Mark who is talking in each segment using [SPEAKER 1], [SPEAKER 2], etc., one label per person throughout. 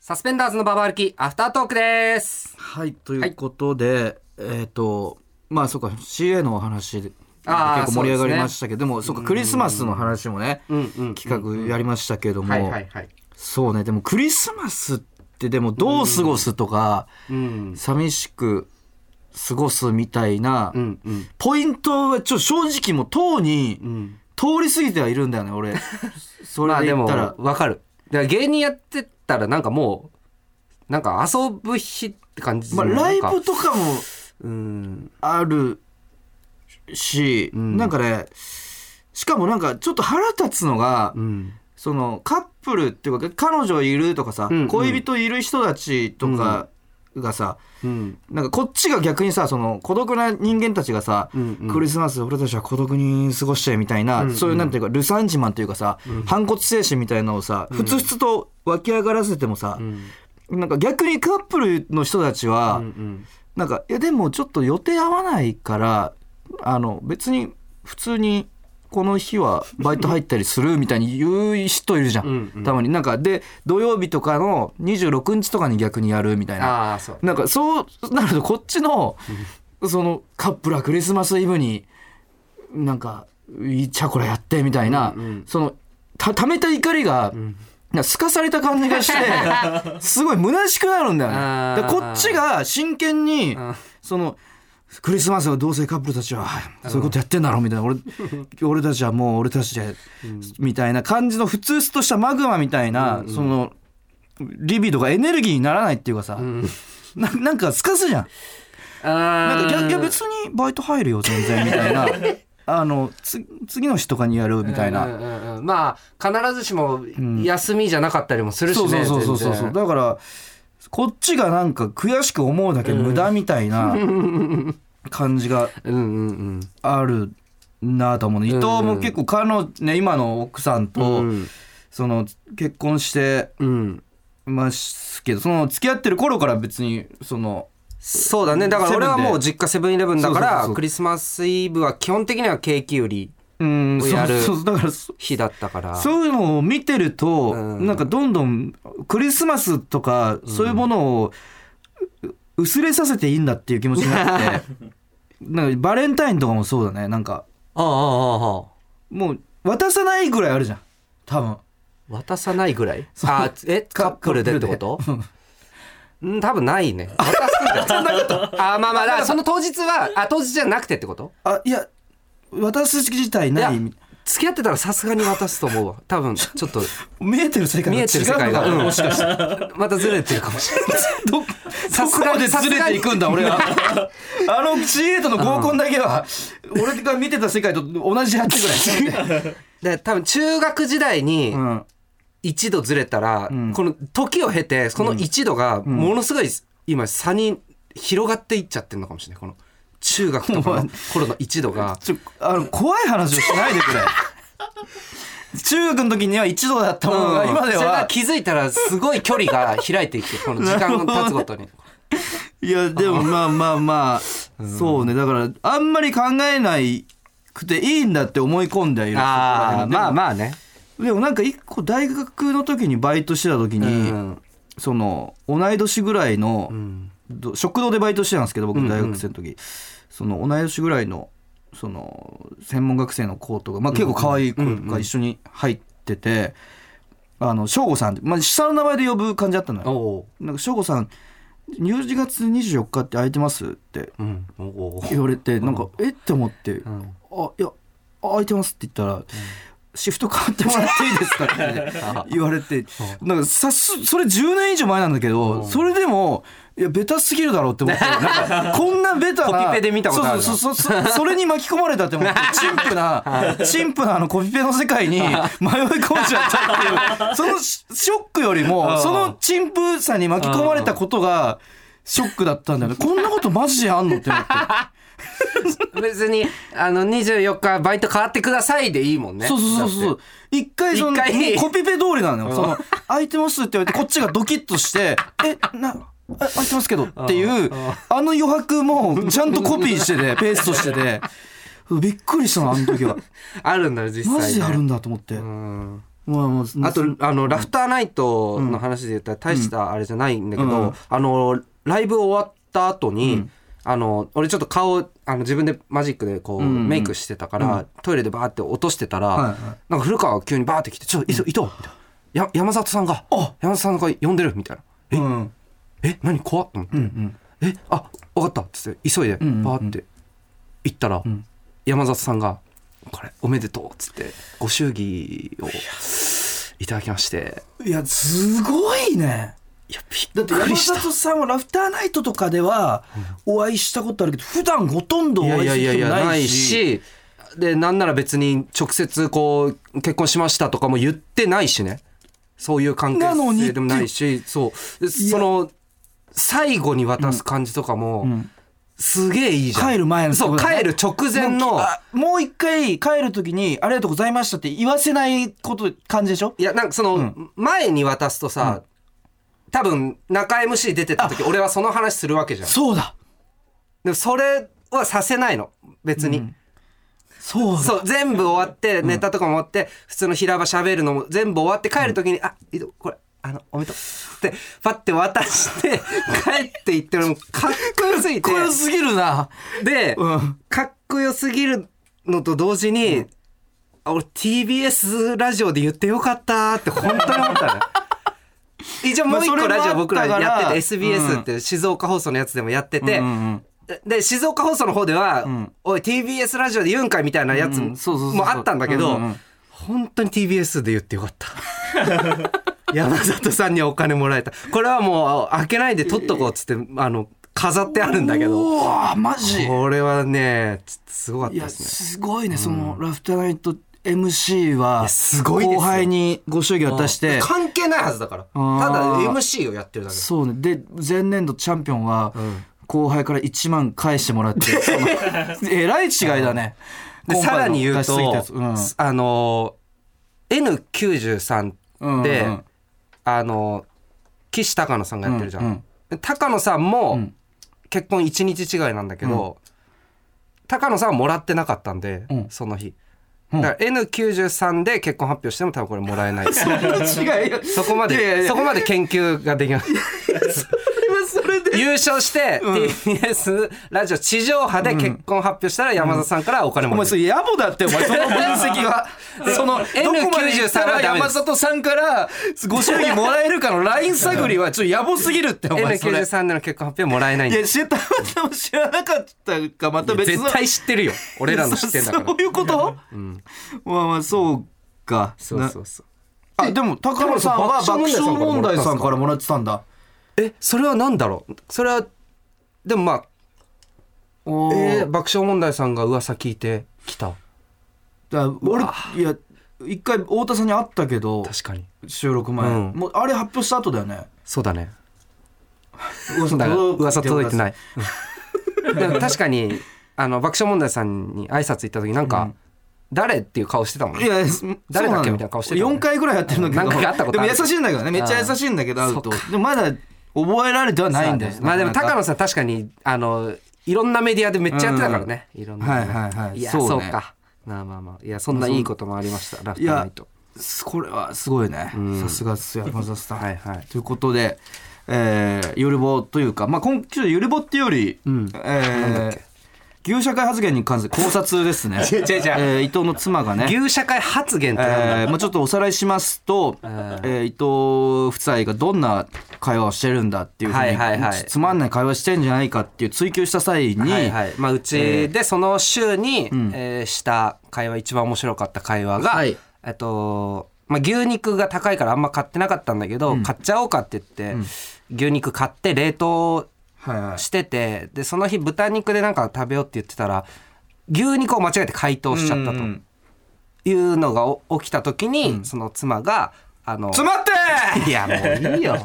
[SPEAKER 1] サスペンダーズのババ歩き、アフタートークです。
[SPEAKER 2] はい、ということで、えっ、と、まあ、そうか、CA のお話で。
[SPEAKER 1] あー
[SPEAKER 2] 結構盛り上がりましたけど、でも、そうか、クリスマスの話もね、
[SPEAKER 1] んうんうん
[SPEAKER 2] 企画やりましたけども、
[SPEAKER 1] はいはいはい。
[SPEAKER 2] そうね、でもクリスマスって、でもどう過ごすとか、
[SPEAKER 1] うん。
[SPEAKER 2] 寂しく過ごすみたいな、
[SPEAKER 1] うんうん
[SPEAKER 2] ポイントはちょっと正直もう、とうに
[SPEAKER 1] うん。
[SPEAKER 2] 通り過ぎてはいるんだよね、 俺。それで言ったら、
[SPEAKER 1] わかる。だから芸人やってたらなんかもう、なんか遊ぶ日って感じ
[SPEAKER 2] まあ、ライブ
[SPEAKER 1] と
[SPEAKER 2] とかも、
[SPEAKER 1] うん。
[SPEAKER 2] あるし、
[SPEAKER 1] ん
[SPEAKER 2] なんかねしかもなんかちょっと腹立つのが、
[SPEAKER 1] うん。
[SPEAKER 2] そのカップルっていうか彼女いるとかさ、
[SPEAKER 1] うんうん
[SPEAKER 2] 恋人いる人たちとかがさ、
[SPEAKER 1] うん。
[SPEAKER 2] なんかこっちが逆にさその孤独な人間たちがさ、
[SPEAKER 1] うんうん
[SPEAKER 2] クリスマス俺たちは孤独に過ごしてみたいな、
[SPEAKER 1] うんうん
[SPEAKER 2] そういうなんていうかルサンジマンというかさ、反骨精神みたいなのをさふつふつと湧き上がらせてもさ
[SPEAKER 1] う、ん。
[SPEAKER 2] なんか逆にカップルの人たちは、
[SPEAKER 1] うん。
[SPEAKER 2] なんかいやでもちょっと予定合わないからあの別に普通にこの日はバイト入ったりするみたいに言う人いるじゃん、
[SPEAKER 1] うんうん
[SPEAKER 2] たまになんかで土曜日とかの26日とかに逆にやるみたいな
[SPEAKER 1] ああ、そう。
[SPEAKER 2] なんかそうなるとこっちのそのカップルはクリスマスイブになんかいいチャコラやってみたいな、
[SPEAKER 1] うんうん
[SPEAKER 2] そのた溜めた怒りが、なんかすかされた感じが してすごい虚しくなるんだよ
[SPEAKER 1] あ
[SPEAKER 2] ね。
[SPEAKER 1] ー
[SPEAKER 2] でこっちが真剣に
[SPEAKER 1] ん
[SPEAKER 2] そのクリスマスは同性カップルたちはそういうことやってんだろみたい な俺俺たちはもう俺たちでみたいな感じの普通としたマグマみたいな、そのリビドがエネルギーにならないっていうかさ、ななんかすかすじゃん。なん
[SPEAKER 1] あ
[SPEAKER 2] か
[SPEAKER 1] あ。
[SPEAKER 2] いやいや別にバイト入るよ全然みたい なあのつ次の日とかにやるみたいな。
[SPEAKER 1] うんうんうん、まあ必ずしも休みじゃなかったりもするし
[SPEAKER 2] そうそ
[SPEAKER 1] ね
[SPEAKER 2] うそうそうそう
[SPEAKER 1] 全然
[SPEAKER 2] だからこっちがなんか悔しく思うだけ無駄みたいな感じが
[SPEAKER 1] うんうんうん
[SPEAKER 2] あるなと思うね、伊藤も結構彼の、ね、今の奥さんと、
[SPEAKER 1] うん
[SPEAKER 2] その結婚して
[SPEAKER 1] うん
[SPEAKER 2] ますけどその付き合ってる頃から別にその
[SPEAKER 1] そうだねだから俺は
[SPEAKER 2] セブンで
[SPEAKER 1] もう実家セブンイレブンだか
[SPEAKER 2] そうそうそう
[SPEAKER 1] ら
[SPEAKER 2] そう
[SPEAKER 1] クリスマスイブは基本的にはケーキ売り
[SPEAKER 2] うんそう
[SPEAKER 1] やる
[SPEAKER 2] そうだからそ
[SPEAKER 1] 日だったから
[SPEAKER 2] そういうのを見てると、
[SPEAKER 1] うん
[SPEAKER 2] なんかどんどんクリスマスとかそういうものをう薄れさせていいんだっていう気持ちに なってなんかバレンタインとかもそうだねなんか
[SPEAKER 1] ああああああ
[SPEAKER 2] もう渡さないぐらいあるじゃん多分
[SPEAKER 1] 渡さないぐらい あえカップルでってこと うん多分ないね渡すんだよあまあまあだからその当日はあ当日じゃなくてってこと
[SPEAKER 2] あいや渡す自体な
[SPEAKER 1] い
[SPEAKER 2] い
[SPEAKER 1] や
[SPEAKER 2] み
[SPEAKER 1] 付き合ってたらさすがに渡すと思うわ多分ちょっと
[SPEAKER 2] 見えてる世界
[SPEAKER 1] 見
[SPEAKER 2] が違
[SPEAKER 1] え
[SPEAKER 2] う
[SPEAKER 1] てる世界が、
[SPEAKER 2] のかな
[SPEAKER 1] もしかして またずれてるかもしれない
[SPEAKER 2] ど
[SPEAKER 1] さ
[SPEAKER 2] さ
[SPEAKER 1] す
[SPEAKER 2] す
[SPEAKER 1] が
[SPEAKER 2] が
[SPEAKER 1] に
[SPEAKER 2] でずれていくんだ俺 はあの C8 の合コンだけは俺が見てた世界と同じやってぐらい
[SPEAKER 1] で多分中学時代に
[SPEAKER 2] うん
[SPEAKER 1] 一度ずれたら、
[SPEAKER 2] ん
[SPEAKER 1] この時を経てその一度がものすごい今差に広がっていっちゃってるのかもしれないこの中学と かの頃の一度が
[SPEAKER 2] ちょあの怖い話をしないで くれ中学の時には一度だったものが今で
[SPEAKER 1] それが
[SPEAKER 2] は、
[SPEAKER 1] 気づいたらすごい距離が開いてい くこの時間が経つごとに
[SPEAKER 2] いやでもまあまあまあ、そうねだからあんまり考えないくていいんだって思い込んではいる
[SPEAKER 1] ああ
[SPEAKER 2] でも
[SPEAKER 1] まあまあね
[SPEAKER 2] でもなんか一個大学の時にバイトしてた時
[SPEAKER 1] う
[SPEAKER 2] に、
[SPEAKER 1] ん
[SPEAKER 2] その同い年ぐらいの、
[SPEAKER 1] うん
[SPEAKER 2] ど食堂でバイトしてたんですけど僕大学生の時、その同い年ぐらいのその専門学生の子とか、まあ、結構可愛い子が一緒に入ってて、あの省吾さんって、まあ、下の名前で呼ぶ感じだったの
[SPEAKER 1] お
[SPEAKER 2] よ
[SPEAKER 1] お
[SPEAKER 2] なんか省吾さん11月24日って空いてますって
[SPEAKER 1] ううんおお
[SPEAKER 2] 言われてなんかえって思って、
[SPEAKER 1] ん
[SPEAKER 2] あいやあ空いてますって言ったら、シフト変わってもらっていいです かって言われてなんかさすそれ10年以上前なんだけど、それでもいやベタすぎるだろうっ て思ってなんかこんなベタな
[SPEAKER 1] コピペで見たことあるな
[SPEAKER 2] そうそうそうそうそれに巻き込まれたって思って 陳腐な陳腐なあのコピペの世界に迷い込んじゃった っていうそのシショックよりもその陳腐さに巻き込まれたことがショックだったんだよねこんなことマジであんのって思って。
[SPEAKER 1] 別にあの24日バイト変わってくださいでいいもんね
[SPEAKER 2] そうそうそうそうう一回その
[SPEAKER 1] 一回
[SPEAKER 2] コピペ通りなのよその「空いてます」って言われてこっちがドキッとして 「えなえ空いてますけど」っていうあの余白もちゃんとコピーして てペーストしててびっくりしたのあの時は
[SPEAKER 1] あるんだよ実際
[SPEAKER 2] マ
[SPEAKER 1] ね
[SPEAKER 2] ジであるんだと思って
[SPEAKER 1] うん
[SPEAKER 2] うもうもう
[SPEAKER 1] あとあのラフターナイトの話で言ったら大したあれじゃないんだけど、
[SPEAKER 2] うん
[SPEAKER 1] あのライブ終わった後に、
[SPEAKER 2] うん
[SPEAKER 1] あの俺ちょっと顔あの自分でマジックでこう、
[SPEAKER 2] うんうん
[SPEAKER 1] メイクしてたから、トイレでバーって落としてたら、
[SPEAKER 2] はいは
[SPEAKER 1] なんか古川が急にバーって来て「ちょっと伊藤伊藤」みたいなや山里さんが
[SPEAKER 2] あ
[SPEAKER 1] 山里さんが呼んでる」みたいな「え、
[SPEAKER 2] うん
[SPEAKER 1] え何怖っ」と思って
[SPEAKER 2] うんうん
[SPEAKER 1] 「えあ分かった」っつって急いでバ
[SPEAKER 2] うんうんうん
[SPEAKER 1] ーって行ったら、
[SPEAKER 2] ん
[SPEAKER 1] 山里さんが「これおめでとう」っつってご祝儀をいただきまして。
[SPEAKER 2] いやすごいね
[SPEAKER 1] いや、びっ
[SPEAKER 2] だって
[SPEAKER 1] く
[SPEAKER 2] 山
[SPEAKER 1] りした。
[SPEAKER 2] 里さんはラフターナイトとかではお会いしたことあるけど普段ほとんどお
[SPEAKER 1] いや
[SPEAKER 2] 会
[SPEAKER 1] い
[SPEAKER 2] い
[SPEAKER 1] やい
[SPEAKER 2] す
[SPEAKER 1] やい
[SPEAKER 2] るこ
[SPEAKER 1] や、
[SPEAKER 2] と
[SPEAKER 1] な
[SPEAKER 2] ない
[SPEAKER 1] い
[SPEAKER 2] し
[SPEAKER 1] し、で、なんなら別に直接こう、結婚しましたとかも言ってないしね。そういう関係
[SPEAKER 2] なのに
[SPEAKER 1] 性でもないし、そう。でその、最後に渡す感じとかも、
[SPEAKER 2] ん
[SPEAKER 1] すげえいいじゃん。
[SPEAKER 2] 帰る前の
[SPEAKER 1] そう、
[SPEAKER 2] とこだね
[SPEAKER 1] 帰る直前
[SPEAKER 2] もう
[SPEAKER 1] の、
[SPEAKER 2] あもう一回帰る時に「ありがとうございました」って言わせないこと感じでしょ
[SPEAKER 1] いや、なんかその、前に渡すとさ、多分、中 MC 出てた時、俺はその話するわけじゃん。
[SPEAKER 2] そうだ
[SPEAKER 1] でも、それはさせないの。別に。
[SPEAKER 2] そう だ
[SPEAKER 1] そう、全部終わって、ネタとかも終わって、普通の平場喋るのも全部終わって帰るときに、あ、いいとこれ、あの、おめでとう。って、パッて渡 して、帰っていって、俺もうかっこよすぎて
[SPEAKER 2] こ。れすぎるな
[SPEAKER 1] で、
[SPEAKER 2] うん
[SPEAKER 1] かっこよすぎるのと同時に、あ俺 TBS ラジオで言ってよかったって本当に思った ね。一応もう一個ラジオ僕らやって
[SPEAKER 2] まあそれもあったから
[SPEAKER 1] て SBS って静岡放送のやつでもやってて、
[SPEAKER 2] うんうん
[SPEAKER 1] で静岡放送の方では「
[SPEAKER 2] ん
[SPEAKER 1] おい TBS ラジオで言うんか」みたいなやつ
[SPEAKER 2] うんうんそうそうそうそう
[SPEAKER 1] もあったんだけど、
[SPEAKER 2] うんうん
[SPEAKER 1] 本当に TBS で言ってよかった 山里さんにお金もらえたこれはもう開けないで取っとこうっつってあの飾ってあるんだけど
[SPEAKER 2] うわマジ
[SPEAKER 1] これはねちょっとすごかっ
[SPEAKER 2] い
[SPEAKER 1] たで
[SPEAKER 2] や
[SPEAKER 1] すね
[SPEAKER 2] すごいね、そのラフターナイト MC は
[SPEAKER 1] すごいですよ
[SPEAKER 2] 後輩にご祝儀渡して
[SPEAKER 1] 関係ないはずだからただ
[SPEAKER 2] ー
[SPEAKER 1] MC をやってるだけ
[SPEAKER 2] そうねで前年度チャンピオンは
[SPEAKER 1] ん
[SPEAKER 2] 後輩から1万返してもら って、そのえらい違いだね
[SPEAKER 1] で
[SPEAKER 2] 今
[SPEAKER 1] さら
[SPEAKER 2] 回の
[SPEAKER 1] に言う
[SPEAKER 2] 出しすぎたや
[SPEAKER 1] と、
[SPEAKER 2] つうん
[SPEAKER 1] あの N93 って、
[SPEAKER 2] うんうん
[SPEAKER 1] あの岸高野さんがやってるじゃん、
[SPEAKER 2] うん
[SPEAKER 1] 高野さんも、
[SPEAKER 2] ん
[SPEAKER 1] 結婚1日違いなんだけど、高野さんはもらってなかったんで、
[SPEAKER 2] うん
[SPEAKER 1] その日
[SPEAKER 2] ん
[SPEAKER 1] だから N93 で結婚発表しても多分これもらえないそ
[SPEAKER 2] 違い
[SPEAKER 1] こまで
[SPEAKER 2] いやいやいや
[SPEAKER 1] そこまで研究ができない
[SPEAKER 2] それで
[SPEAKER 1] 優勝して、
[SPEAKER 2] ん
[SPEAKER 1] TBS ラジオ地上波で結婚発表したら山田さんからお金
[SPEAKER 2] お
[SPEAKER 1] もらえ
[SPEAKER 2] 前
[SPEAKER 1] る、
[SPEAKER 2] それ野暮だってお前その分 析がその
[SPEAKER 1] N93
[SPEAKER 2] どこまで行ったら
[SPEAKER 1] はダメで
[SPEAKER 2] 山
[SPEAKER 1] す
[SPEAKER 2] 里さんからご祝儀もらえるかのライン探りはちょっと野暮すぎるってお前それ
[SPEAKER 1] N93 での結婚発表もらえないん
[SPEAKER 2] い
[SPEAKER 1] で
[SPEAKER 2] や知たまたま知らなかったかまた別の
[SPEAKER 1] 絶対知って るよ俺らの知ってんだから
[SPEAKER 2] そういうこと、まあまあそうか
[SPEAKER 1] そうそうそう
[SPEAKER 2] なえでも高野さんは爆笑問題さんからもらってたんだ
[SPEAKER 1] えそれは何だろうそれはでもまあ
[SPEAKER 2] お
[SPEAKER 1] えー
[SPEAKER 2] ー
[SPEAKER 1] 爆笑問題さんが噂聞いてきた
[SPEAKER 2] だ俺いや一回太田さんに会ったけど
[SPEAKER 1] 確かに
[SPEAKER 2] 収録前、
[SPEAKER 1] うん
[SPEAKER 2] もうあれ発表した後だよね
[SPEAKER 1] そうだね
[SPEAKER 2] 噂
[SPEAKER 1] だから噂届いてないい、うんでも確かにあの爆笑問題さんに挨拶行った時なんか、誰っていう顔してたもんね
[SPEAKER 2] いや
[SPEAKER 1] 誰だっけみたいな顔してたよね
[SPEAKER 2] 4回ぐらいやってるんだけど
[SPEAKER 1] 何回か会ったこと
[SPEAKER 2] で
[SPEAKER 1] あ
[SPEAKER 2] も
[SPEAKER 1] る
[SPEAKER 2] 優しいんだけどねめっちゃ優しいんだけど会うと
[SPEAKER 1] そ
[SPEAKER 2] でもまだ覚えられてはないんだよ
[SPEAKER 1] そうだねまあでも高
[SPEAKER 2] 野
[SPEAKER 1] 野さん確かにあのいろんなメディアでめっちゃやってたからね、いろんな、
[SPEAKER 2] はいはいはい
[SPEAKER 1] いや
[SPEAKER 2] そ
[SPEAKER 1] そうう,、
[SPEAKER 2] ね
[SPEAKER 1] かまあまあまあいやそんないいこともありましたラフタ
[SPEAKER 2] い
[SPEAKER 1] ーナ
[SPEAKER 2] や
[SPEAKER 1] イト
[SPEAKER 2] すこれはすごいねさすがっすよ山里さん、
[SPEAKER 1] はいはい
[SPEAKER 2] ということで、えー、ゆるぼというか、まあ、今週ゆるぼっていうより、えー牛社会発言に関する考察です ね
[SPEAKER 1] 違う違う違う
[SPEAKER 2] えー伊藤の妻がね
[SPEAKER 1] 牛社会発言ってなんだ、
[SPEAKER 2] えーまあ、ちょっとおさらいしますと、え
[SPEAKER 1] ん
[SPEAKER 2] ー伊藤夫妻がどんな会話をしてるんだっていうふうに、
[SPEAKER 1] はいはいはい
[SPEAKER 2] つまんない会話してんじゃないかっていう追求した際に、
[SPEAKER 1] はいはいまあ、うちでその週に、えーした会話一番面白かった会話が、
[SPEAKER 2] はい
[SPEAKER 1] えっとまあ、牛肉が高いからあんま買ってなかったんだけど、買っちゃおうかって言って、牛肉買って冷凍
[SPEAKER 2] はいはい
[SPEAKER 1] しててでその日豚肉でなんか食べようって言ってたら牛肉を間違えて解凍しちゃった
[SPEAKER 2] う
[SPEAKER 1] と
[SPEAKER 2] ん
[SPEAKER 1] いうのがお起きた時に、その妻が「あの
[SPEAKER 2] 詰まって
[SPEAKER 1] いやもういいよ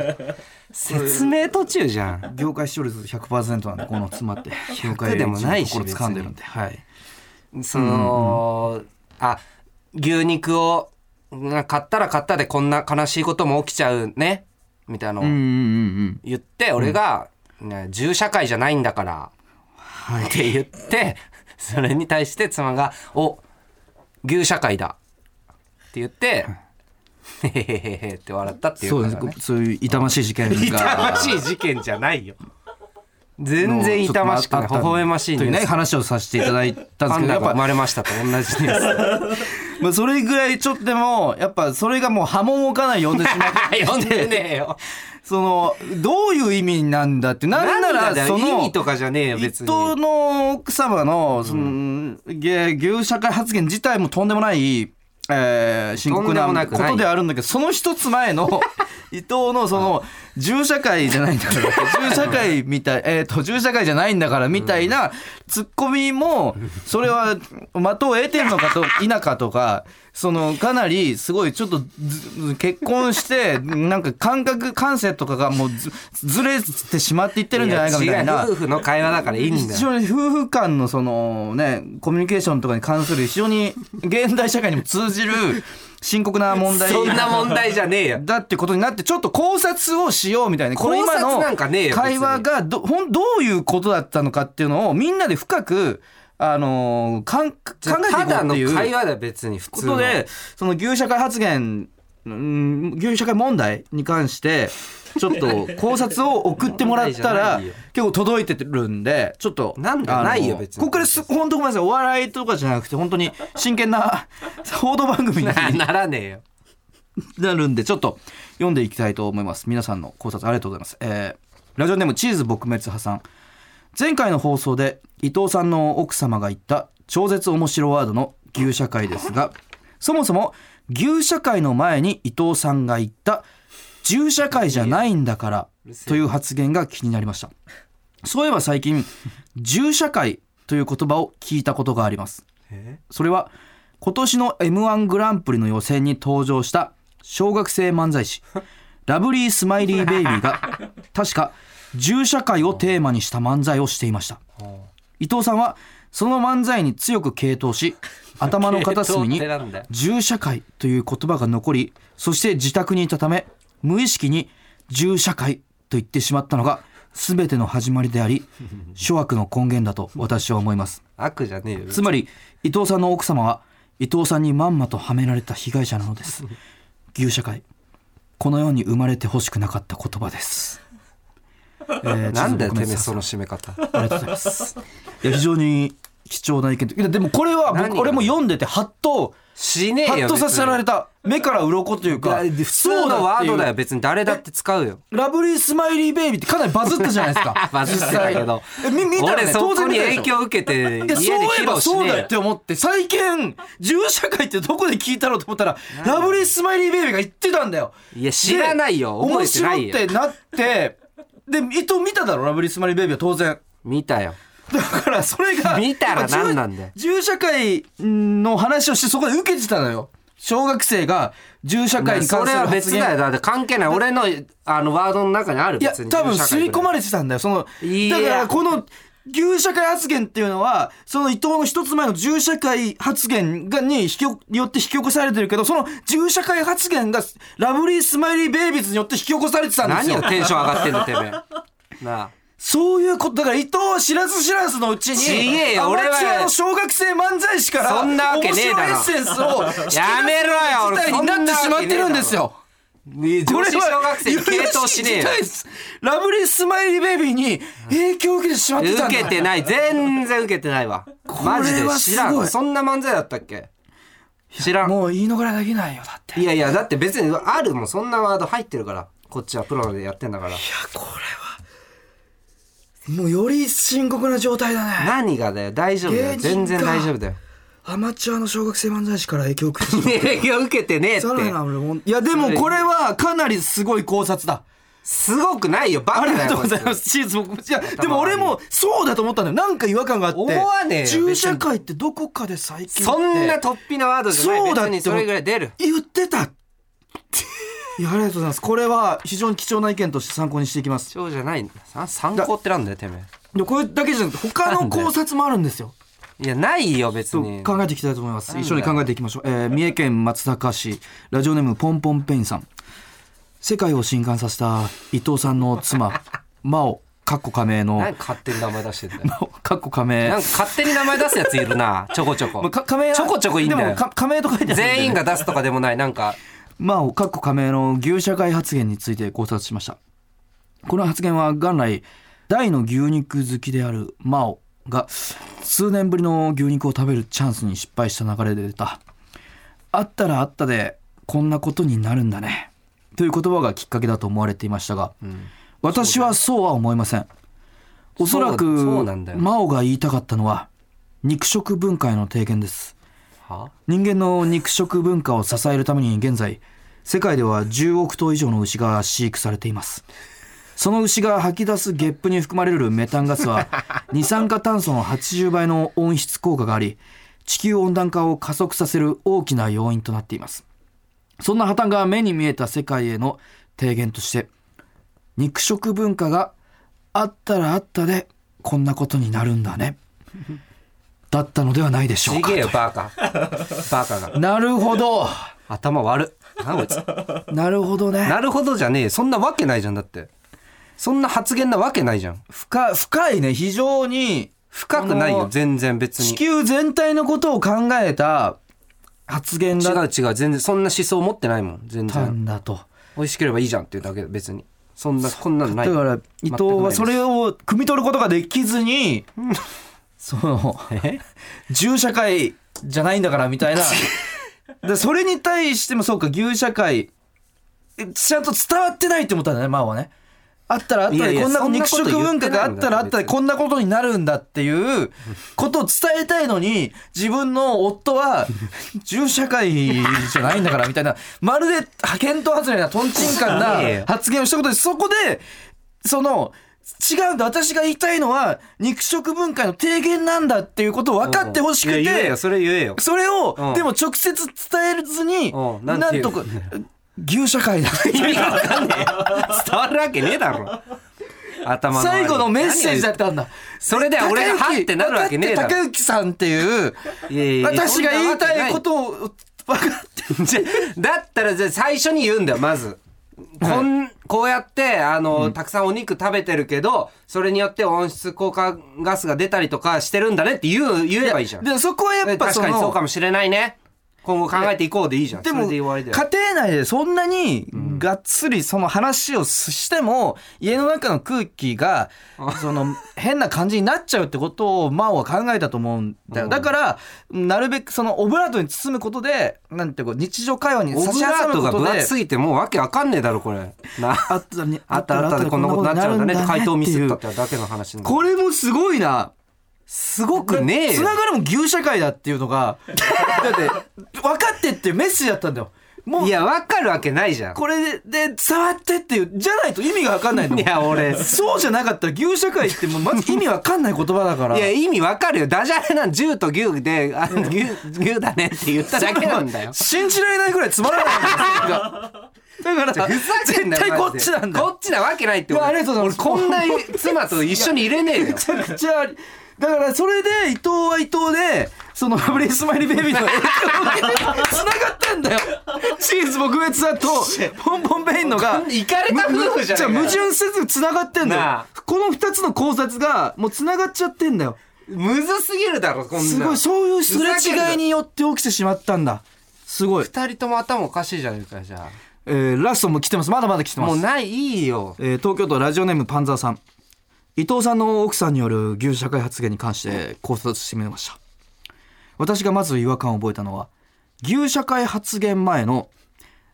[SPEAKER 1] 説明途中じゃん」
[SPEAKER 2] 業界視聴率100%なんでこの詰まって業界
[SPEAKER 1] でもないし
[SPEAKER 2] これ掴んでるんで、はい、
[SPEAKER 1] その、あ牛肉をな買ったら買ったでこんな悲しいことも起きちゃうねみたいな
[SPEAKER 2] うん
[SPEAKER 1] のを
[SPEAKER 2] うんうん
[SPEAKER 1] 言って、俺が、ね「銃社会じゃないんだから」って言ってそれに対して妻が「お牛社会だ」って言ってへへへへって笑ったっていう
[SPEAKER 2] そう
[SPEAKER 1] か
[SPEAKER 2] で
[SPEAKER 1] ら
[SPEAKER 2] す
[SPEAKER 1] ね
[SPEAKER 2] ねそういう痛ましい事件が
[SPEAKER 1] 痛ましい事件じゃないよ全然痛ましくない微笑ましい
[SPEAKER 2] と
[SPEAKER 1] ニ
[SPEAKER 2] いう
[SPEAKER 1] ュー
[SPEAKER 2] ね
[SPEAKER 1] ス
[SPEAKER 2] 話をさせていただ いたんです
[SPEAKER 1] パ
[SPEAKER 2] け
[SPEAKER 1] ン
[SPEAKER 2] どや
[SPEAKER 1] ダ
[SPEAKER 2] っ
[SPEAKER 1] が
[SPEAKER 2] ぱ
[SPEAKER 1] 生まれましたと同じニュ ー
[SPEAKER 2] まあ、それぐらいちょっとでもやっぱそれがもう波紋をかなり呼んでしまって
[SPEAKER 1] ス読んでねえよ
[SPEAKER 2] そのどういう意味なんだってなんな
[SPEAKER 1] なんだよ
[SPEAKER 2] らそ
[SPEAKER 1] 意
[SPEAKER 2] の
[SPEAKER 1] 味とかじゃねえよ
[SPEAKER 2] 伊
[SPEAKER 1] 別
[SPEAKER 2] 藤
[SPEAKER 1] に
[SPEAKER 2] の奥様のその、げ牛社会発言自体もとんでもない、えー深刻
[SPEAKER 1] とんでも
[SPEAKER 2] な
[SPEAKER 1] なく
[SPEAKER 2] こ
[SPEAKER 1] ない
[SPEAKER 2] とではあるんだけどその一つ 前の伊藤のその銃社会じゃないんだから 銃社会みたいえーと銃社会じゃないんだからみたいなツッコミもそれは的を得てるのかと否かとかそのかなりすごいちょっとず結婚してなんか感覚感性とかがもうずずれてしまっていってるんじゃないかみたい
[SPEAKER 1] や
[SPEAKER 2] な
[SPEAKER 1] 違う夫婦の会話だからいいんだ
[SPEAKER 2] 非
[SPEAKER 1] よ
[SPEAKER 2] 常に夫婦間のそのねコミュニケーションとかに関する非常に現代社会にも通 じる深刻な問題
[SPEAKER 1] そんな問題じゃねえよ
[SPEAKER 2] だってことになってちょっと考察をしようみたいなこれ今
[SPEAKER 1] 考
[SPEAKER 2] の
[SPEAKER 1] 察なんかねえよ別に
[SPEAKER 2] 会話がどほんどういうことだったのかっていうのをみんなで深くあのーかん考えていこう
[SPEAKER 1] ただ
[SPEAKER 2] っ
[SPEAKER 1] の
[SPEAKER 2] ていう
[SPEAKER 1] 会話だよ別に普
[SPEAKER 2] こ
[SPEAKER 1] 通
[SPEAKER 2] と
[SPEAKER 1] の
[SPEAKER 2] でその牛社会発言うん牛社会問題に関してちょっ と考察を送ってもらったら
[SPEAKER 1] 問題じゃないよ
[SPEAKER 2] 結構届いてるんでちょっと
[SPEAKER 1] なんだ
[SPEAKER 2] あの
[SPEAKER 1] ないよ別に
[SPEAKER 2] ここからす本当ごめんなさいお笑いとかじゃなくて本当に真剣な 報道番組に
[SPEAKER 1] なならねえよ
[SPEAKER 2] なるんでちょっと読んでいきたいと思います皆さんの考察ありがとうございます、えーラジオネームチーズ撲滅派さん前回の放送で伊藤さんの奥様が言った超絶面白ワードの牛社会ですがそもそも牛社会の前に伊藤さんが言った銃社会じゃないんだからという発言が気になりましたそういえば最近銃社会という言葉を聞いたことがありますそれは今年の m 1グランプリの予選に登場した小学生漫 才師ラブリースマイリーベイビーが確か銃社会をテーマにした漫才をしていました伊藤さんはその漫才に強く傾倒し頭の片隅に
[SPEAKER 1] 系統ってなんだよ
[SPEAKER 2] 銃社会という言葉が残りそして自宅にいたため無意識に銃社会と言ってしまったのが全ての始まりで あり諸悪の根源だと私は思います
[SPEAKER 1] 悪じゃねえよ
[SPEAKER 2] つまり伊藤さんの奥様は伊藤さんにまんまとはめられた被害者なのです牛社会この世に生まれてほしくなかった言葉です、えー
[SPEAKER 1] なんだよ
[SPEAKER 2] ち
[SPEAKER 1] てめえ
[SPEAKER 2] ょっとごめんな
[SPEAKER 1] そ
[SPEAKER 2] さい
[SPEAKER 1] の締め方
[SPEAKER 2] ありがとうございますいや非常に貴重な意見といやでもこれは
[SPEAKER 1] 何
[SPEAKER 2] 僕
[SPEAKER 1] が
[SPEAKER 2] 俺も読んでてハッと
[SPEAKER 1] しねえ
[SPEAKER 2] ハ
[SPEAKER 1] よ
[SPEAKER 2] ッとさせられた目から鱗というか
[SPEAKER 1] 別に普通のワードだよ
[SPEAKER 2] よ
[SPEAKER 1] 別に誰だって使 うよ
[SPEAKER 2] ラブリースマイリーベイビーってかなりバズったじゃないですか
[SPEAKER 1] バズってたけど
[SPEAKER 2] 実際えみ見たらね
[SPEAKER 1] 俺そ
[SPEAKER 2] 当
[SPEAKER 1] こ
[SPEAKER 2] 然見
[SPEAKER 1] に
[SPEAKER 2] たでし
[SPEAKER 1] 影
[SPEAKER 2] ょ
[SPEAKER 1] 響受けて家
[SPEAKER 2] い
[SPEAKER 1] で披
[SPEAKER 2] やそういえば
[SPEAKER 1] 露し
[SPEAKER 2] そ
[SPEAKER 1] ね
[SPEAKER 2] う
[SPEAKER 1] え
[SPEAKER 2] だ
[SPEAKER 1] よ
[SPEAKER 2] って思って最近銃社会ってどこで聞いたろうと思ったらラブリースマイリーベイビーが言ってたんだよ
[SPEAKER 1] いや知らないよ
[SPEAKER 2] で
[SPEAKER 1] 覚えてないよ
[SPEAKER 2] 面白ってなってで伊藤見ただろラブリースマイリーベイビーは当然
[SPEAKER 1] 見たよ
[SPEAKER 2] だからそれが
[SPEAKER 1] 見たら何なんだよ
[SPEAKER 2] 銃社会の話をしてそこで受けてたのよ小学生が銃社会に
[SPEAKER 1] そ
[SPEAKER 2] 関
[SPEAKER 1] れ
[SPEAKER 2] する
[SPEAKER 1] は
[SPEAKER 2] 発
[SPEAKER 1] 別
[SPEAKER 2] 言
[SPEAKER 1] だよだって関係ない俺のあのワードの中にある
[SPEAKER 2] いや
[SPEAKER 1] 別に
[SPEAKER 2] 多分吸い込まれてたんだよその
[SPEAKER 1] いや
[SPEAKER 2] だからこの牛社会発言っていうのはその伊藤の一つ前の銃社会発言がに引きよよって引き起こされてるけどその銃社会発言がラブリースマイリーベイビーズによって引き起こされてたんです
[SPEAKER 1] 何
[SPEAKER 2] よ
[SPEAKER 1] をテンション上がってんのてめえ なあ
[SPEAKER 2] そういうことだから伊藤は知らず知らずのうちに
[SPEAKER 1] ちげえよ
[SPEAKER 2] アマ
[SPEAKER 1] 俺は
[SPEAKER 2] チュアの小学生漫才師から
[SPEAKER 1] そんなわけねえだろ
[SPEAKER 2] 面白いエッセンスを引き出す
[SPEAKER 1] やめろよ俺
[SPEAKER 2] 事態になってしまってるんですよ
[SPEAKER 1] 女子小学生に傾倒しねえよ
[SPEAKER 2] これは許し難いラブリースマイリーベイビーに影響を受けてしまってたんだ
[SPEAKER 1] 受けてない全然受けてないわマジで知ら
[SPEAKER 2] これはすごい
[SPEAKER 1] んそんな漫才だったっけ知らん
[SPEAKER 2] もう言い逃れできないよだって
[SPEAKER 1] いやいやだって別にあるもんそんなワード入ってるからこっちはプロでやってんだから
[SPEAKER 2] これはもうより深刻な状態だね
[SPEAKER 1] 何がだよ大丈夫だよ
[SPEAKER 2] 芸人か
[SPEAKER 1] 全然大丈夫だよ
[SPEAKER 2] アマチュアの小学生漫才師から影響を受けてしま っ
[SPEAKER 1] 影響受けてねえって
[SPEAKER 2] たらな俺もいやでもこれはかなりすごい考察だ
[SPEAKER 1] すごくないよバカ
[SPEAKER 2] あり
[SPEAKER 1] だ
[SPEAKER 2] がと
[SPEAKER 1] よ
[SPEAKER 2] う
[SPEAKER 1] こい
[SPEAKER 2] ご
[SPEAKER 1] つ
[SPEAKER 2] ざいますチーズ僕いやでも俺もそうだと思ったんだよなんか違和感があって
[SPEAKER 1] 思わねえよ別に
[SPEAKER 2] 銃社会ってどこかで最近って
[SPEAKER 1] そんな突飛なワードじゃない
[SPEAKER 2] そうだって
[SPEAKER 1] 別にそれぐらい出る
[SPEAKER 2] 言ってたいやありがとうございますこれは非常に貴重な意見として参考にしていきます
[SPEAKER 1] そうじゃないんださ参考ってなんだよてめ
[SPEAKER 2] でこれだけじゃなくて他の考察もあるんですよ
[SPEAKER 1] えいやないよ別に
[SPEAKER 2] 考えていきたいと思います一緒に考えていきましょう、えー三重県松阪市ラジオネームポンポンペインさん世界を震撼させた伊藤さんの妻 真央かっこ仮名の
[SPEAKER 1] 何勝手に名前出してんだよ
[SPEAKER 2] 真央かっこ仮名
[SPEAKER 1] なんか勝手に名前出すやつい るなちょこちょこ
[SPEAKER 2] まあか仮名は
[SPEAKER 1] ちょこちょこいいんだよ
[SPEAKER 2] でもか仮名と書いてあるんで
[SPEAKER 1] 全員が出すとかでもないなんか
[SPEAKER 2] まあ、かっこ加盟の牛社会発言について考察しました。この発言は元来、大の牛肉好きであるマオが、数年ぶりの牛肉を食べるチャンスに失敗した流れで出た。あったらあったで、こんなことになるんだね。という言葉がきっかけだと思われていましたが、私はそうは思いません。おそらく
[SPEAKER 1] そうそうなんだよ
[SPEAKER 2] マオが言いたかったのは肉食文化への提言です
[SPEAKER 1] は
[SPEAKER 2] 人間の肉食文化を支えるために現在世界では10億頭以上の牛が飼育されていますその牛が吐き出すゲップに含まれるメタンガスは二酸化炭素の80倍の温室効果があり地球温暖化を加速させる大きな要因となっていますそんな破綻が目に見えた世界への提言として肉食文化があったらあったでこんなことになるんだねだったのではないでしょ
[SPEAKER 1] ち
[SPEAKER 2] うか
[SPEAKER 1] げえよバカ バカが
[SPEAKER 2] なるほど
[SPEAKER 1] 頭悪っなおいつ
[SPEAKER 2] なるほどね
[SPEAKER 1] なるほどじゃねえよそんなわけないじゃんだってそんな発言なわけないじゃん
[SPEAKER 2] 深深いね非常に
[SPEAKER 1] 深くない
[SPEAKER 2] あ
[SPEAKER 1] よ
[SPEAKER 2] の
[SPEAKER 1] 全然別に
[SPEAKER 2] 地
[SPEAKER 1] 違
[SPEAKER 2] 球全体のことを考えた発言だっ
[SPEAKER 1] う違う全然そんな思想持ってないもん全
[SPEAKER 2] た
[SPEAKER 1] 然
[SPEAKER 2] んだと
[SPEAKER 1] 美味しければいいじゃんっていうだけで別にそんなこんなのな
[SPEAKER 2] だ
[SPEAKER 1] い
[SPEAKER 2] から伊藤はそれ
[SPEAKER 1] を
[SPEAKER 2] を汲み取ることができずにその銃社会じゃないんだからみ たいなでそれに対してもそうか牛社会えちゃんと伝わってないって思ったんだねマオはねあったらあっ
[SPEAKER 1] い
[SPEAKER 2] た
[SPEAKER 1] やい
[SPEAKER 2] で
[SPEAKER 1] や
[SPEAKER 2] こんな
[SPEAKER 1] そんな
[SPEAKER 2] 肉
[SPEAKER 1] こと
[SPEAKER 2] 食文化があったらあったで
[SPEAKER 1] 言
[SPEAKER 2] こんなことになるんだっ ていうことを伝えたいのに自分の夫は銃社会じゃないんだからみたいなまるで見当外れなとんちんかん
[SPEAKER 1] いやい
[SPEAKER 2] な
[SPEAKER 1] や
[SPEAKER 2] 発言をしたことでそこでその違うんだ私が言いたいのは肉食文化の提言なんだっていうことを分かってほしくて、
[SPEAKER 1] いや言えよそれ言えよ
[SPEAKER 2] それを、
[SPEAKER 1] うん
[SPEAKER 2] でも直接伝えずに、
[SPEAKER 1] うん
[SPEAKER 2] な
[SPEAKER 1] なんて言
[SPEAKER 2] んと
[SPEAKER 1] う
[SPEAKER 2] か、牛社会だ。
[SPEAKER 1] 伝わるわけねえだろ 頭悪い
[SPEAKER 2] 最後のメッセージだったんだ。
[SPEAKER 1] それで俺がはってなるわけねえだ
[SPEAKER 2] 分か
[SPEAKER 1] ろ
[SPEAKER 2] って竹内さんっていう、
[SPEAKER 1] いやいやいや
[SPEAKER 2] 私が言いたいことを分かって。
[SPEAKER 1] じゃだったらじゃあ最初に言うんだよまず。こんこうやってあの、たくさんお肉食べてるけどそれによって温室効果ガスが出たりとかしてるんだねって言う言えばいいじゃん
[SPEAKER 2] で、そこはやっぱ
[SPEAKER 1] 確
[SPEAKER 2] そ
[SPEAKER 1] かにそう
[SPEAKER 2] の
[SPEAKER 1] か、もしれないね今後考えていこうでいいじゃん
[SPEAKER 2] で
[SPEAKER 1] それ
[SPEAKER 2] も
[SPEAKER 1] で
[SPEAKER 2] 家
[SPEAKER 1] 終わりだよ
[SPEAKER 2] 庭内でそんなにがっつりその話をしても家の中の空気がその 変な感じになっちゃうってことを真央は考えたと思うんだよだからなるべくそのオブラートに包むことでなんていうか日常会話に
[SPEAKER 1] オ
[SPEAKER 2] 差
[SPEAKER 1] ブ
[SPEAKER 2] し
[SPEAKER 1] ラ
[SPEAKER 2] 挟
[SPEAKER 1] ート
[SPEAKER 2] む
[SPEAKER 1] が
[SPEAKER 2] こ
[SPEAKER 1] 分
[SPEAKER 2] とで
[SPEAKER 1] 厚すぎてもうわけわかんねえだろこれな
[SPEAKER 2] あったに
[SPEAKER 1] あったあったでこんなことになっちゃうんだねって回答ミスったってだけの話なんだ
[SPEAKER 2] これもすごいな
[SPEAKER 1] すごくねえ
[SPEAKER 2] つ
[SPEAKER 1] よ
[SPEAKER 2] ながるも牛社会だっていうのが だって分かってっていうメッセージだったんだよもう
[SPEAKER 1] いやわかるわけないじゃん
[SPEAKER 2] これで伝わってっていうじゃないと意味が分かんないの
[SPEAKER 1] いや俺
[SPEAKER 2] そうじゃなかったら牛社会ってもうまず意味分かんない言葉だから
[SPEAKER 1] いや意味わかるよダジャレなん銃と牛であ牛牛だねって言っただけなんだよ
[SPEAKER 2] 信じられないぐらいつまらないんです よだから
[SPEAKER 1] ふざけんなよ
[SPEAKER 2] 絶対こ
[SPEAKER 1] マ
[SPEAKER 2] っ
[SPEAKER 1] ジ
[SPEAKER 2] ち
[SPEAKER 1] で
[SPEAKER 2] なんだよ
[SPEAKER 1] こっちなわけないって
[SPEAKER 2] いやありがとうございます
[SPEAKER 1] 俺こんな妻と一緒にいれねえよ
[SPEAKER 2] めちゃくちゃありだからそれで伊藤は伊藤でそ のラブリースマイルベイビーの影響を受けてつながったん だよシーズ撲滅だとポンポンベインのが
[SPEAKER 1] 行かれた夫婦じゃ
[SPEAKER 2] じゃあ
[SPEAKER 1] ねえ
[SPEAKER 2] 矛
[SPEAKER 1] か
[SPEAKER 2] 盾せずつながってんだ
[SPEAKER 1] な
[SPEAKER 2] よ
[SPEAKER 1] あ
[SPEAKER 2] この2つの考察がもうつながっちゃってんだよ
[SPEAKER 1] むずすぎるだろこんな
[SPEAKER 2] すごいそういうすれ
[SPEAKER 1] ふざけんな
[SPEAKER 2] 違いによって起きてしまったんだすごい、
[SPEAKER 1] 二人とも頭おかしいじゃねえかじゃ
[SPEAKER 2] えーラストも来てますまだまだ来て
[SPEAKER 1] あ
[SPEAKER 2] ま
[SPEAKER 1] もう
[SPEAKER 2] す、
[SPEAKER 1] ないいいよ
[SPEAKER 2] えー東京都ラジオネームパンザーさん伊藤さんの奥さんによる牛社会発言に関して考察してみました私がまず違和感を覚えたのは牛社会発言前の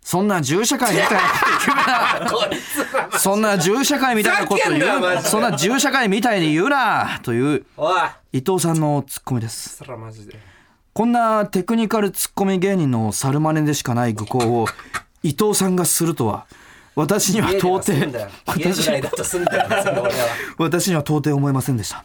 [SPEAKER 2] そんな銃社会みたいなこと言う なそんな銃社会みたいなこと
[SPEAKER 1] ふざけ
[SPEAKER 2] 言うん
[SPEAKER 1] なマジ
[SPEAKER 2] な
[SPEAKER 1] で
[SPEAKER 2] そんな銃社会みたいに言うなという
[SPEAKER 1] おい
[SPEAKER 2] 伊藤さんのツッコミです
[SPEAKER 1] そらマジで
[SPEAKER 2] こんなテクニカルツッコミ芸人の猿真似でしかない愚行を伊藤さんがするとは私には
[SPEAKER 1] 家で
[SPEAKER 2] 到
[SPEAKER 1] は
[SPEAKER 2] 底
[SPEAKER 1] すんだよ家
[SPEAKER 2] 私
[SPEAKER 1] ぐらいだとすんだよそれ俺は
[SPEAKER 2] 私には到底思えませんでした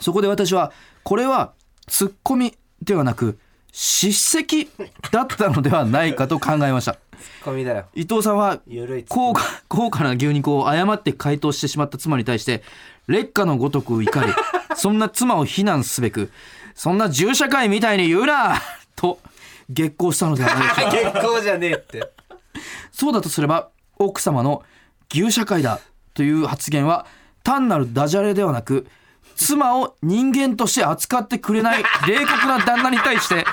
[SPEAKER 2] そこで私はこれはツッコミではなく叱責だったのではないかと考えました
[SPEAKER 1] ツッコミだよ
[SPEAKER 2] 伊藤さんは
[SPEAKER 1] ゆるいツッコミ
[SPEAKER 2] 高価高価な牛肉を誤って解凍してしまった妻に対して劣化のごとく怒りそんな妻を非難すべくそんな銃社会みたいに言うなと激高したのではないでしょうか
[SPEAKER 1] 結構じゃねえって
[SPEAKER 2] そうだとすれば奥様の「牛社会だ」という発言は単なるダジャレではなく妻を人間として扱ってくれない冷酷な旦那に対して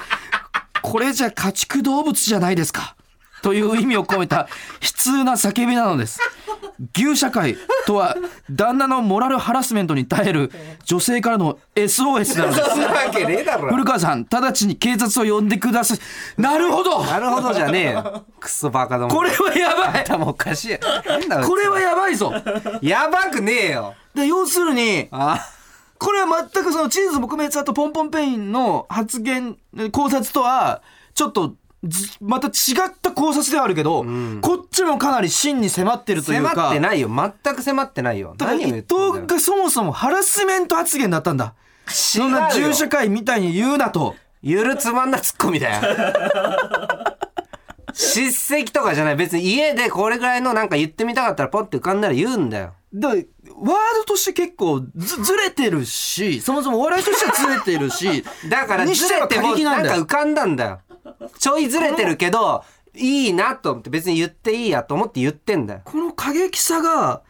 [SPEAKER 2] これじゃ家畜動物じゃないですかという意味を込めた悲痛な叫びなのです牛社会とは旦那のモラルハラスメントに耐える女性からの SOS なので す
[SPEAKER 1] そんなわけねえだろ
[SPEAKER 2] 古川さん直ちに警察を呼んでくださいなるほど
[SPEAKER 1] なるほどじゃねえ よクソバカども
[SPEAKER 2] これはやば い
[SPEAKER 1] 頭おかしいなんだ
[SPEAKER 2] これはやばいぞ
[SPEAKER 1] やばくねえよ
[SPEAKER 2] で要するに
[SPEAKER 1] あ
[SPEAKER 2] これは全くそのチーズ撲滅あとポンポンペインの発言考察とはちょっとずまた違った考察ではあるけど、こっちもかなり真に迫ってるというか
[SPEAKER 1] 迫ってないよ全く迫ってないよ
[SPEAKER 2] だから
[SPEAKER 1] 何
[SPEAKER 2] 伊
[SPEAKER 1] を言ってんだ
[SPEAKER 2] 藤がそもそもハラスメント発言だったんだそんな
[SPEAKER 1] 違うよ
[SPEAKER 2] 銃社会みたいに言うなと
[SPEAKER 1] ゆるつまんなツッコミだよ。 叱責とかじゃない。別に家でこれぐらいのなんか言ってみたかったらポッて浮かんだら言うんだよ。
[SPEAKER 2] だからワードとして結構ずずれてるしそもそもお笑いとしてはずれてるし
[SPEAKER 1] だからずれても
[SPEAKER 2] にしては過激な
[SPEAKER 1] なんん
[SPEAKER 2] だ
[SPEAKER 1] か
[SPEAKER 2] よ
[SPEAKER 1] 浮かんだんだよ。ちょいずれてるけど、いいなと思って別に言っていいやと思って言ってんだよ。
[SPEAKER 2] この過激さが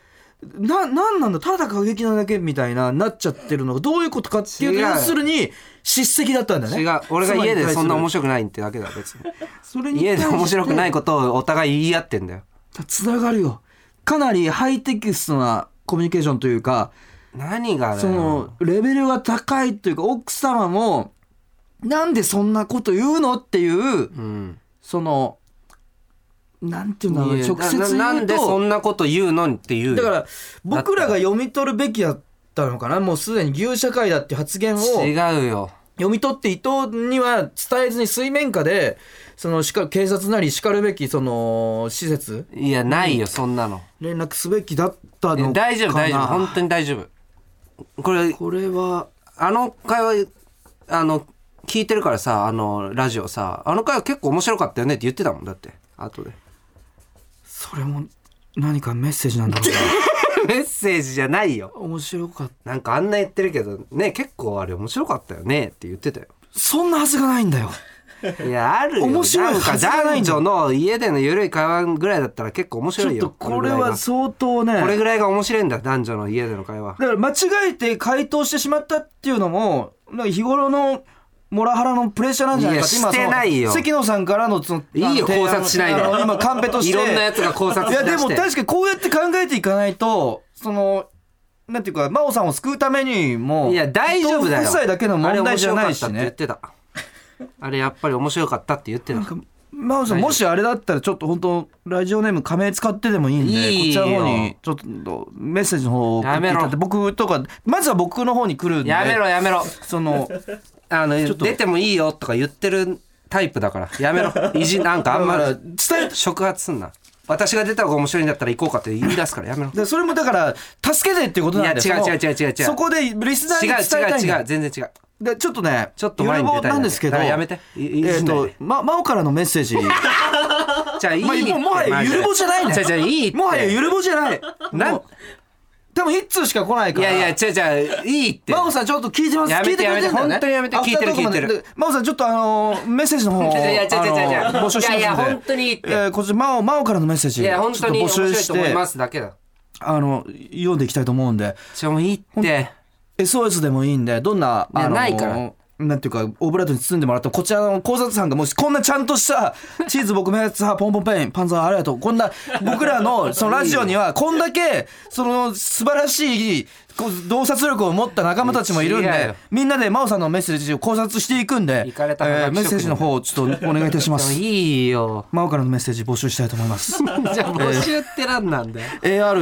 [SPEAKER 2] ななんなんだただ過激なだけみたいななっちゃってるのがどういうことかっていう
[SPEAKER 1] 違
[SPEAKER 2] と
[SPEAKER 1] う
[SPEAKER 2] 要するに叱責だったんだね
[SPEAKER 1] 違う。俺が家でそんな面
[SPEAKER 2] 白
[SPEAKER 1] 白くないってだけだ別に。
[SPEAKER 2] それに
[SPEAKER 1] 家で面白くないいことをお互い言い合ってんだよ。
[SPEAKER 2] つながるよかなりハイテキストなコミュニケーションというか
[SPEAKER 1] 何がだよ。
[SPEAKER 2] そのレベルが高いというか奥様もなんでそんなこと言うのっていう
[SPEAKER 1] うん。
[SPEAKER 2] そのなんていうんだろう
[SPEAKER 1] い
[SPEAKER 2] ね
[SPEAKER 1] や
[SPEAKER 2] 直接言うと
[SPEAKER 1] ななんでそんなこと言うのにって言う
[SPEAKER 2] だ
[SPEAKER 1] よ
[SPEAKER 2] から僕らが読み取るべきだったのかなもうすでに牛社会だって発言を読
[SPEAKER 1] 違うよ。
[SPEAKER 2] み取って伊藤には伝えずに水面下でそのしか警察なりしかるべきその施設
[SPEAKER 1] いやないよそんなの。
[SPEAKER 2] 連絡すべきだったのか
[SPEAKER 1] ね
[SPEAKER 2] な
[SPEAKER 1] 大丈夫大丈夫本当に大丈夫これ
[SPEAKER 2] これは
[SPEAKER 1] あの会話あの聞いてるからさあのラジオさあの会話結構面白かったよねって言ってたもんだって後で
[SPEAKER 2] それも何かメッセージなんだろうな
[SPEAKER 1] メッセージじゃないよ
[SPEAKER 2] 面白かっ
[SPEAKER 1] なんかあんな言ってるけどね結構あれ面白かったよねって言ってたよ
[SPEAKER 2] たそんなはずがないんだよ
[SPEAKER 1] いやあるよ
[SPEAKER 2] 面白い
[SPEAKER 1] なんか
[SPEAKER 2] はずがない
[SPEAKER 1] 男
[SPEAKER 2] んだ
[SPEAKER 1] 女の家での緩い会話ぐらいだったら結構面
[SPEAKER 2] ち
[SPEAKER 1] 白
[SPEAKER 2] ょっ
[SPEAKER 1] いよ
[SPEAKER 2] とこ
[SPEAKER 1] ぐ
[SPEAKER 2] れ
[SPEAKER 1] らい
[SPEAKER 2] は
[SPEAKER 1] が
[SPEAKER 2] 相当ね
[SPEAKER 1] これぐらいが面白いんだ男女の家での会話
[SPEAKER 2] だから間違えて回答してしまったっていうのもなんか日頃のモラハラのプレッシャーなんじゃないかって
[SPEAKER 1] いやしてないよ
[SPEAKER 2] その関野さんからのその
[SPEAKER 1] いいよ
[SPEAKER 2] あの
[SPEAKER 1] 考察しないで
[SPEAKER 2] あの今カンペとして
[SPEAKER 1] いろんなやつが考察し
[SPEAKER 2] いや
[SPEAKER 1] だして
[SPEAKER 2] でも確かにこうやって考えていかないとそのなんていうか真央さんを救うためにも
[SPEAKER 1] いや大丈夫だよ。
[SPEAKER 2] 夫妻だけの問題じゃないし
[SPEAKER 1] あれ面
[SPEAKER 2] ね
[SPEAKER 1] 白かったって言ってた。あれやっぱり面白かったって言ってた。
[SPEAKER 2] 真央さんもしあれだったらちょっと本当ラジオネーム仮名使ってでもいいんで
[SPEAKER 1] いいよ
[SPEAKER 2] こっちの方にちょっとメッセージの方を送っていただい
[SPEAKER 1] やめ
[SPEAKER 2] て僕とかまずは僕の方に来るんで
[SPEAKER 1] やめろやめろ。
[SPEAKER 2] その
[SPEAKER 1] あの
[SPEAKER 2] っと
[SPEAKER 1] 出てもいいよとか言ってるタイプだからやめろ。意 地なんかあんま
[SPEAKER 2] だから
[SPEAKER 1] り伝え触発すんな。私が出た方が面白いんだったら行こうかって言い出すからやめろ。違う
[SPEAKER 2] でそれもだから助けてっていうことなんだよ
[SPEAKER 1] いや違う
[SPEAKER 2] その
[SPEAKER 1] 違う違う違う違う
[SPEAKER 2] そこでリスナー に伝えたいん
[SPEAKER 1] 違う
[SPEAKER 2] だ
[SPEAKER 1] 違う
[SPEAKER 2] う
[SPEAKER 1] 全然違う。
[SPEAKER 2] でちょっとね
[SPEAKER 1] ちょっと前に出たいだけ
[SPEAKER 2] ゆるぼなんですけど
[SPEAKER 1] だからやめていいい
[SPEAKER 2] えっ、
[SPEAKER 1] いい
[SPEAKER 2] と
[SPEAKER 1] ね
[SPEAKER 2] ま真央からのメッセー ジ
[SPEAKER 1] じゃあいい
[SPEAKER 2] まあ
[SPEAKER 1] って。
[SPEAKER 2] もうもはやゆるぼじゃないね
[SPEAKER 1] じゃじゃいいって。
[SPEAKER 2] もはやゆるぼじゃない
[SPEAKER 1] な
[SPEAKER 2] もう多分一通しか来ない
[SPEAKER 1] い
[SPEAKER 2] から
[SPEAKER 1] やいや違う違ういいって。
[SPEAKER 2] 真央さんちょっと聞いてます
[SPEAKER 1] や
[SPEAKER 2] 聞
[SPEAKER 1] め
[SPEAKER 2] い
[SPEAKER 1] て
[SPEAKER 2] てくれてんだよね
[SPEAKER 1] やめて本当にやめて聞いてる聞いてる
[SPEAKER 2] アフタートークまでで真央さんちょっとあのーメッセージの方を
[SPEAKER 1] いやいや違う違う違う違う
[SPEAKER 2] あのー募集してます
[SPEAKER 1] い
[SPEAKER 2] んで
[SPEAKER 1] やいや本当にいいって
[SPEAKER 2] えーこちら真央真央からのメッセージ
[SPEAKER 1] いや本当に
[SPEAKER 2] ちょ
[SPEAKER 1] 面
[SPEAKER 2] っと募
[SPEAKER 1] 白
[SPEAKER 2] 集
[SPEAKER 1] い
[SPEAKER 2] し
[SPEAKER 1] と思いま
[SPEAKER 2] て
[SPEAKER 1] すだけだ。
[SPEAKER 2] あの読んでいきたいと思うんで
[SPEAKER 1] じゃあもういいって。
[SPEAKER 2] SOS でもいいんでどんな、
[SPEAKER 1] いや
[SPEAKER 2] あの
[SPEAKER 1] ないから
[SPEAKER 2] なんていうかオブラートに包んでもらったこちらの考察班がもしこんなちゃんとした チーズ僕のやつはポンポンペインパンザーありがとうこんな僕らのそのラジオにはこんだけその素晴らしいこう洞察力を持った仲間たちもいるん
[SPEAKER 1] いや違うよ
[SPEAKER 2] でみんなで真央さんのメッセージを考察していくんで、え
[SPEAKER 1] イカれたハガキ
[SPEAKER 2] ーメッセージの方をちょっとお願いいたしま
[SPEAKER 1] でも
[SPEAKER 2] す
[SPEAKER 1] いいよ。
[SPEAKER 2] 真央からのメッセージ募集したいと思います
[SPEAKER 1] じゃあ募集ってなんなんだよ。俺が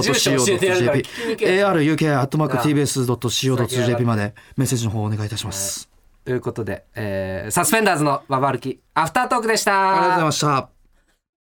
[SPEAKER 1] 住所教えてやるか
[SPEAKER 2] aruki.tbs.co.jp
[SPEAKER 1] ら聞いて
[SPEAKER 2] aruki.tbs.co.jp までメッセージの方お願いいたします。
[SPEAKER 1] ということで、えーサスペンダーズのババ歩きアフタートークでした。
[SPEAKER 2] ありがとうございました。